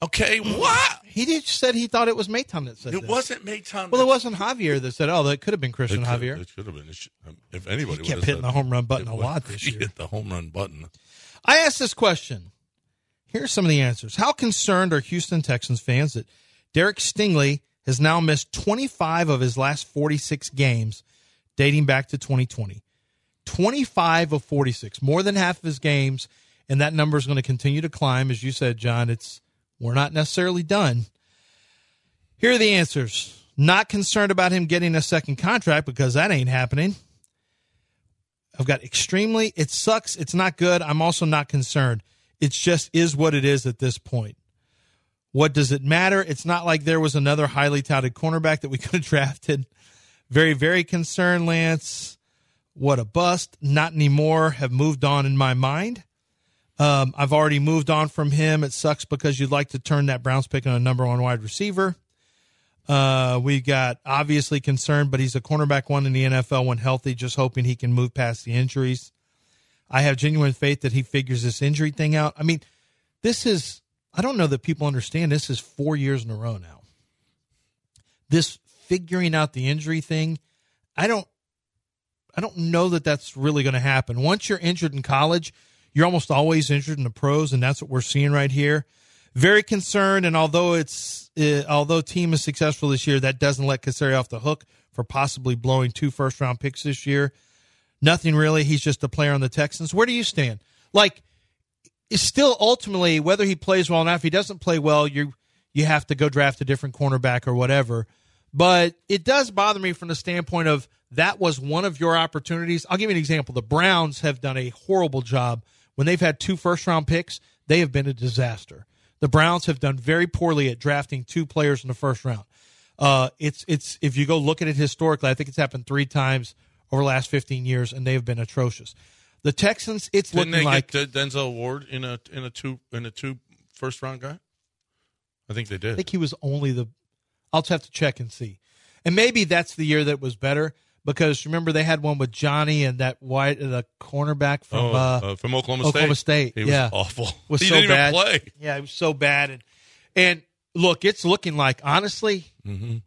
Okay, what?
He did, said he thought it was Maton that said
It
that.
wasn't Maton.
Well, it wasn't Javier that said, "Oh, that could have been Christian
It could-
Javier."
It should have been. It should- um, if anybody
He kept
would've
hitting
said-
the home run button
it
a
would-
lot this
he
year.
Hit the home run button.
I asked this question. Here's some of the answers. How concerned are Houston Texans fans that Derek Stingley has now missed 25 of his last 46 games dating back to 2020? 25 of 46, more than half of his games, and that number is going to continue to climb. As you said, John, it's we're not necessarily done. Here are the answers. Not concerned about him getting a second contract because that ain't happening. I've got extremely, it sucks. It's not good. I'm also not concerned. It's just is what it is at this point. What does it matter? It's not like there was another highly touted cornerback that we could have drafted. Very, very concerned, Lance. What a bust. Not anymore. Have moved on in my mind. Um, I've already moved on from him. It sucks because you'd like to turn that Browns pick on a number one wide receiver. Uh, we got obviously concerned, but he's a cornerback one in the NFL when healthy, just hoping he can move past the injuries. I have genuine faith that he figures this injury thing out. I mean, this is, I don't know that people understand this is four years in a row now. This figuring out the injury thing, I don't, I don't know that that's really going to happen. Once you're injured in college, you're almost always injured in the pros, and that's what we're seeing right here. Very concerned, and although it's uh, although team is successful this year, that doesn't let Casari off the hook for possibly blowing two first round picks this year. Nothing really. He's just a player on the Texans. Where do you stand? Like, it's still ultimately whether he plays well or not. If he doesn't play well, you you have to go draft a different cornerback or whatever. But it does bother me from the standpoint of that was one of your opportunities. I'll give you an example. The Browns have done a horrible job when they've had two first round picks. They have been a disaster. The Browns have done very poorly at drafting two players in the first round. Uh, it's it's if you go look at it historically, I think it's happened three times over the last fifteen years, and they have been atrocious. The Texans, it's
Didn't they
looking like
get D- Denzel Ward in a in a two in a two first round guy? I think they
I
did.
think he was only the. I'll just have to check and see, and maybe that's the year that was better because remember they had one with Johnny and that white the cornerback from
Oh,
uh,
uh, from Oklahoma State. He was
yeah,
awful.
Was
He
so
didn't even
bad.
play.
Yeah, he was so bad, and and look, it's looking like honestly,
Mhm.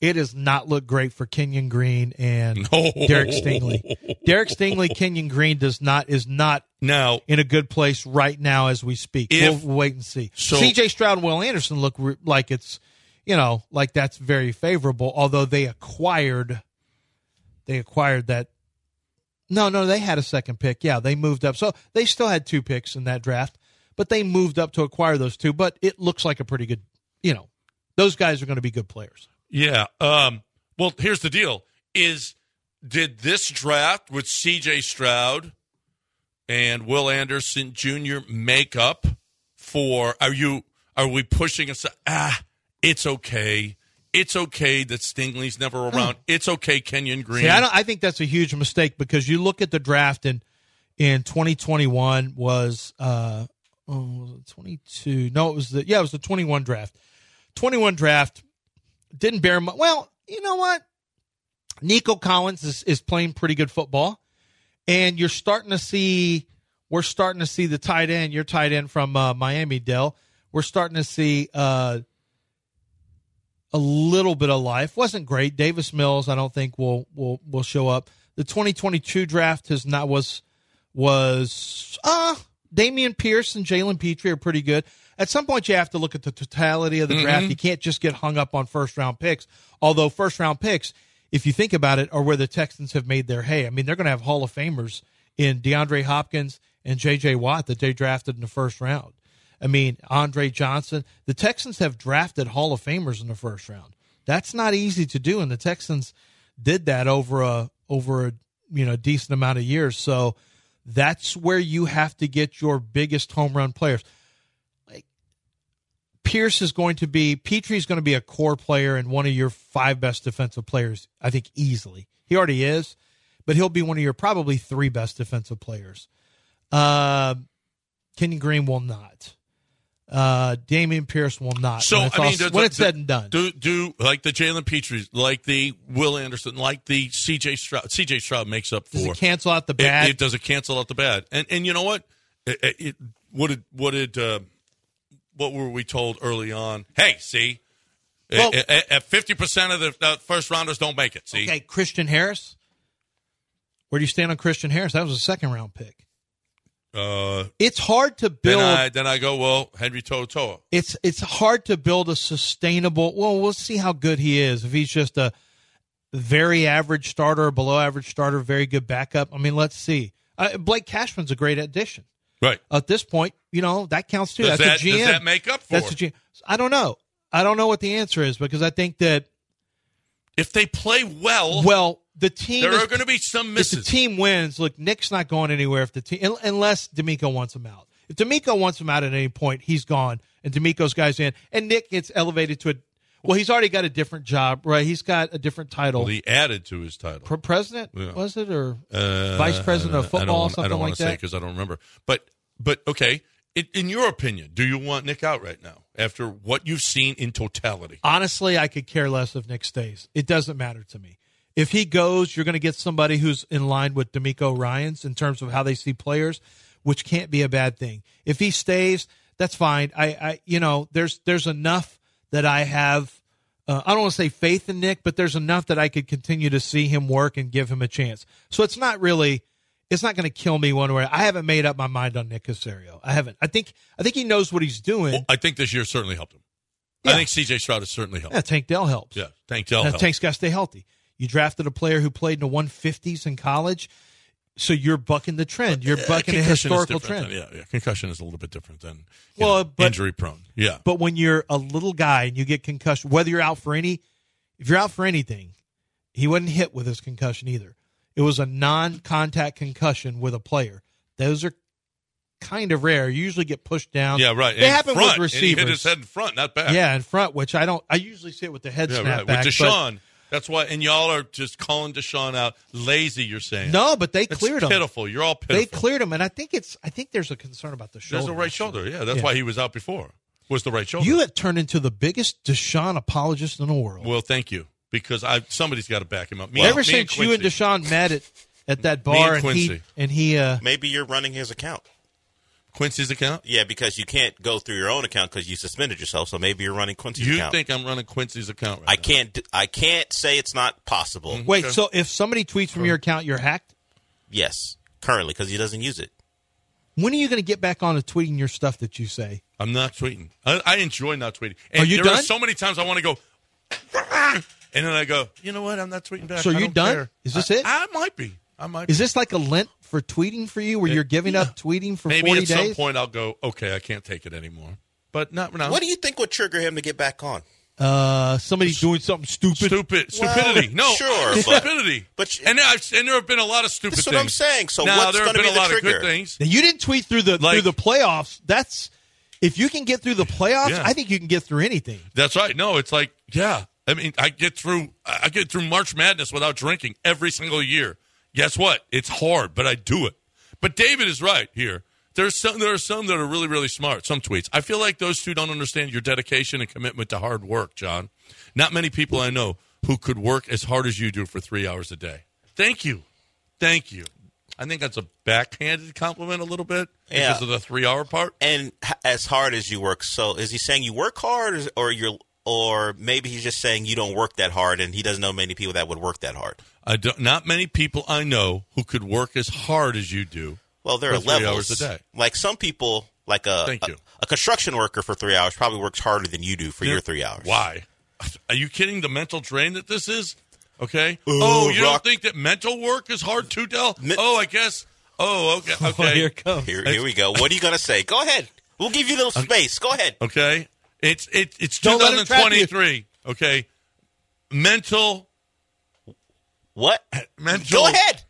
it does not look great for Kenyon Green and
No.
Derek Stingley. Derek Stingley, Kenyon Green does not is not
now
in a good place right now as we speak.
If-
we'll wait and see.
So-
C.J. Stroud and Will Anderson look re- like it's you know like that's very favorable. Although they acquired, they acquired that. No, no, they had a second pick. Yeah, they moved up. So they still had two picks in that draft, but they moved up to acquire those two. But it looks like a pretty good, you know, those guys are going to be good players.
Yeah. Um, well, here's the deal: is did this draft with C.J. Stroud and Will Anderson Jr. make up for? Are you? Are we pushing us? Ah, it's okay. It's okay that Stingley's never around. It's okay, Kenyon Green.
Hmm. See, I, don't, I think that's a huge mistake because you look at the draft and in 2021 was uh oh, was it 22 no it was the yeah it was the 21 draft 21 draft didn't bear mu Well, you know what? Nico Collins is, is playing pretty good football, and you're starting to see we're starting to see the tight end, your tight end from uh, Miami Dell. We're starting to see uh, a little bit of life. wasn't great. Davis Mills, I don't think will will will show up. The 2022 draft has not was was uh Damian Pierce and Jalen Petrie are pretty good. At some point, you have to look at the totality of the draft.
Mhm.
You can't just get hung up on first round picks. Although first round picks, if you think about it, are where the Texans have made their hay. I mean, they're going to have Hall of Famers in DeAndre Hopkins and J.J. Watt that they drafted in the first round. I mean, Andre Johnson. The Texans have drafted Hall of Famers in the first round. That's not easy to do, and the Texans did that over a over a you know decent amount of years. So that's where you have to get your biggest home run players. Pierce is going to be Petrie is going to be a core player and one of your five best defensive players, I think, easily. He already is, but he'll be one of your probably three best defensive players. Uh, Kenny Green will not. Uh, Damian Pierce will not.
So
when it's,
I mean,
all-
does-
when it's
does-
said and done,
do do like the Jalen Petries, like the Will Anderson, like the CJ Stroud. CJ Stroud makes up for.
does it cancel out the bad?
It, it does it cancel out the bad. And and you know what? It, it- it- what did what did uh, what were we told early on? Hey, see,
Well-
at fifty percent of the uh, first rounders don't make it. See,
okay, Christian Harris. Where do you stand on Christian Harris? That was a second round pick.
uh,
It's hard to
then
build.
I then I go well, Henry Totoa.
it's it's hard to build a sustainable well we'll see how good he is if he's just a very average starter below average starter very good backup i mean let's see uh, blake cashman's a great addition
Right.
at this point you know that counts too
Does
that's
that-
a gm
does that make up for
that's
it?
a GM. i don't know i don't know what the answer is because i think that
If they play well,
well the team
there
is-
are going to be some
if
misses.
the team wins, look, Nick's not going anywhere if the team un- unless D'Amico wants him out. If D'Amico wants him out at any point, he's gone, and D'Amico's guys in, and Nick gets elevated to a. Well, he's already got a different job, right? He's got a different title.
Well, he added to his title.
Pre- president
Yeah.
was it or
Uh,
vice president of
I don't- I don't
football,
wanna- I
something
don't
like
want to say
that?
because I don't remember. But but okay, in, in your opinion, do you want Nick out right now after what you've seen in totality?
Honestly, I could care less if Nick stays. It doesn't matter to me. If he goes, you're going to get somebody who's in line with D'Amico Ryan's in terms of how they see players, which can't be a bad thing. If he stays, that's fine. I, I you know, there's there's enough that I have. Uh, I don't want to say faith in Nick, but there's enough that I could continue to see him work and give him a chance. So it's not really, it's not going to kill me one way. I haven't made up my mind on Nick Casario. I haven't. I think I think he knows what he's doing.
I think this year certainly helped him. I think C.J. Stroud has certainly helped.
Yeah, Tank Dell helps.
Yeah, Tank Dell
Now,
helped.
Tank's got to stay healthy. You drafted a player who played in the 150s in college, so you're bucking the trend. You're
Uh,
bucking a
concussion is
historical
different
trend.
than- yeah, yeah, concussion is a little bit different than you
Well,
know,
but-
injury prone. Yeah,
But when you're a little guy and you get concussion, whether you're out for any, if you're out for anything, he wasn't hit with his concussion either. It was a non-contact concussion with a player. Those are kind of rare. You usually get pushed down.
yeah, right.
They
In
happen
front,
with
and he hit his
receivers.
head in front, not back.
Yeah, in front, which I don't. I usually see it with the head
yeah,
snap
right.
back.
With
but-
Deshaun, that's why. And y'all are just calling Deshaun out lazy. You're saying
No, but they
That's
cleared him.
Pitiful. You're all pitiful.
They cleared him, and I think it's. I think there's a concern about the shoulder.
There's the right shoulder. Yeah, that's
Yeah.
why he was out before. Was the right shoulder?
You have turned into the biggest Deshaun apologist in the world.
Well, thank you because I somebody's got to back him up. Me,
Ever
me
since you and
Quincy.
Deshaun met at, at that
Me and
bar, and, he
Quincy.
and he uh,
Maybe you're running his account.
Quincy's account,
Yeah, because you can't go through your own account because you suspended yourself. So maybe you're running Quincy's
you
account.
think I'm running Quincy's account? Right
I can't. d- I can't say it's not possible.
wait. So if somebody tweets from your account, you're hacked.
yes, currently because he doesn't use it.
When are you going to get back on to tweeting your stuff that you say?
I'm not tweeting. I, I enjoy not tweeting. And
Are you
there are
done?
so many times I want to go, and then I go, you know what? I'm not tweeting back.
So
I
you
don't
done?
care."
Is this
I-
it?
I might be. I might.
Is
be.
this like a lint for tweeting for you, where you're giving up tweeting for
maybe
forty
at some
days?
point I'll go? Okay, I can't take it anymore. But not now.
What do you think would trigger him to get back on?
uh, somebody's doing something stupid.
Stupid, stupidity.
Well,
no,
sure, but-
stupidity.
but-
and I've, and there have been a lot of stupid.
That's what
things.
I'm saying. So
now,
what's
there have
gonna
been a
be the
lot of
trigger?
good things.
Now, you didn't tweet through the through
Like-
the playoffs. That's if you can get through the playoffs,
Yeah.
I think you can get through anything.
That's right. No, it's like yeah. I mean, I get through I get through March Madness without drinking every single year. Guess what? It's hard, but I do it. But David is right here. There's some there are some that are really really smart. Some tweets. I feel like those two don't understand your dedication and commitment to hard work, John. Not many people I know who could work as hard as you do for 3 hours a day. Thank you. Thank you. I think that's a backhanded compliment a little bit because
Yeah.
of the three hour part.
And h- as hard as you work, so is he saying you work hard, or, is- or you're, or maybe he's just saying you don't work that hard, and he doesn't know many people that would work that hard.
I don't, not many people I know who could work as hard as you do.
Well, there are
for three hours
levels.
a day.
Like some people, like a
Thank
a,
you.
a construction worker for three hours probably works harder than you do for
Yeah.
your three hours.
Why? Are you kidding? The mental drain that this is. Okay.
Ooh,
oh, you
rock-
don't think that mental work is hard too, Dell? oh, I guess. Oh, okay. Okay.
here it comes.
Here, here we go. What are you gonna say? Go ahead. We'll give you a little space. Go ahead.
Okay. It's it, it's
Don't let him trap you.
2023. Okay. Mental
What?
mental
Go ahead.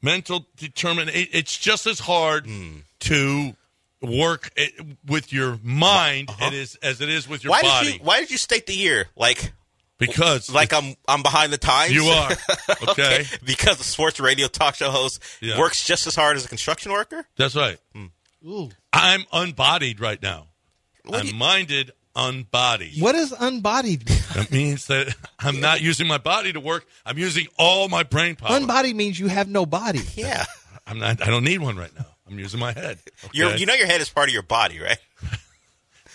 mental determin it, it's just as hard
Hmm.
to work it, with your mind
Uh-huh.
it is as it is with your
Why
body.
did you Why did you state the year like
because
like I'm I'm behind the times?
you are. Okay.
because the sports radio talk show host
Yeah.
works just as hard as a construction worker.
That's right.
Hmm.
Ooh.
I'm unbodied right now.
What
I'm
do you-
minded unbodied.
What is unbodied? mean?
That means that I'm not using my body to work. I'm using all my brain power.
unbodied means you have no body.
Yeah,
I'm not. I don't need one right now. I'm using my head. Okay?
Your- you know your head is part of your body, right?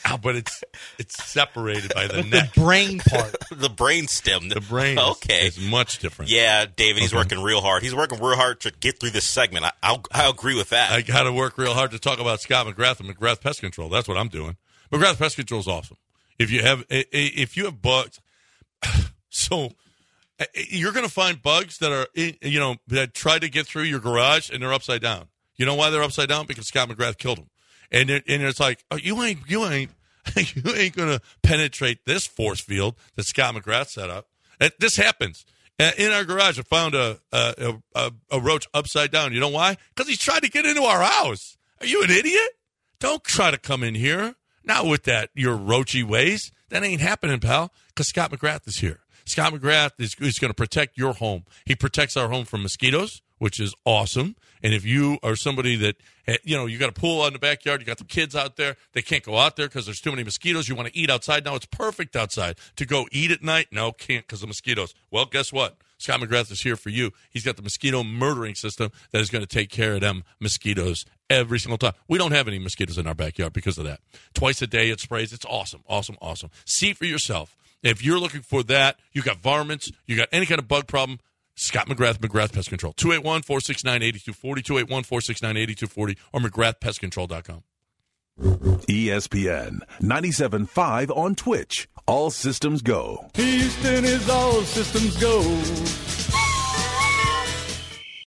Ah, but it's it's separated by
The
the neck.
brain part.
the brain stem.
The brain. is-
Okay.
Is, much different.
Yeah, David, he's working real hard. He's working real hard to get through this segment. I, I'll, I agree with that.
I got to work real hard to talk about Scott McGrath and McGrath Pest Control. That's what I'm doing. McGrath Pest Control is awesome. If you have i- i- if you have bugs, so i- i- Uh, you're going to find bugs that are in, you know that try to get through your garage and they're upside down. You know why they're upside down? Because Scott McGrath killed them. And it, and it's like oh, you ain't you ain't you ain't going to penetrate this force field that Scott McGrath set up. And this happens. Uh, In our garage, I found a a, a a roach upside down. You know why? Because he's trying to get into our house. Are you an idiot? Don't try to come in here. Not with that your roachy ways. That ain't happening, pal. Because Scott McGrath is here. Scott McGrath is, is going to protect your home. He protects our home from mosquitoes, which is awesome. And if you are somebody that eh, you know you got a pool out in the backyard, you got the kids out there, they can't go out there because there's too many mosquitoes. You want to eat outside now? It's perfect outside to go eat at night. No, can't because of mosquitoes. Well, guess what? Scott McGrath is here for you. He's got the mosquito murdering system that is going to take care of them mosquitoes every single time. We don't have any mosquitoes in our backyard because of that. Twice a day it sprays. It's awesome, awesome, awesome. See for yourself. If you're looking for that, you got varmints, you got any kind of bug problem, Scott McGrath, McGrath Pest Control. 281 469 8240, 281 469 8240, or McGrathPestControl.com.
E ESPN 97.5 on Twitch. All systems go.
Houston is all systems go.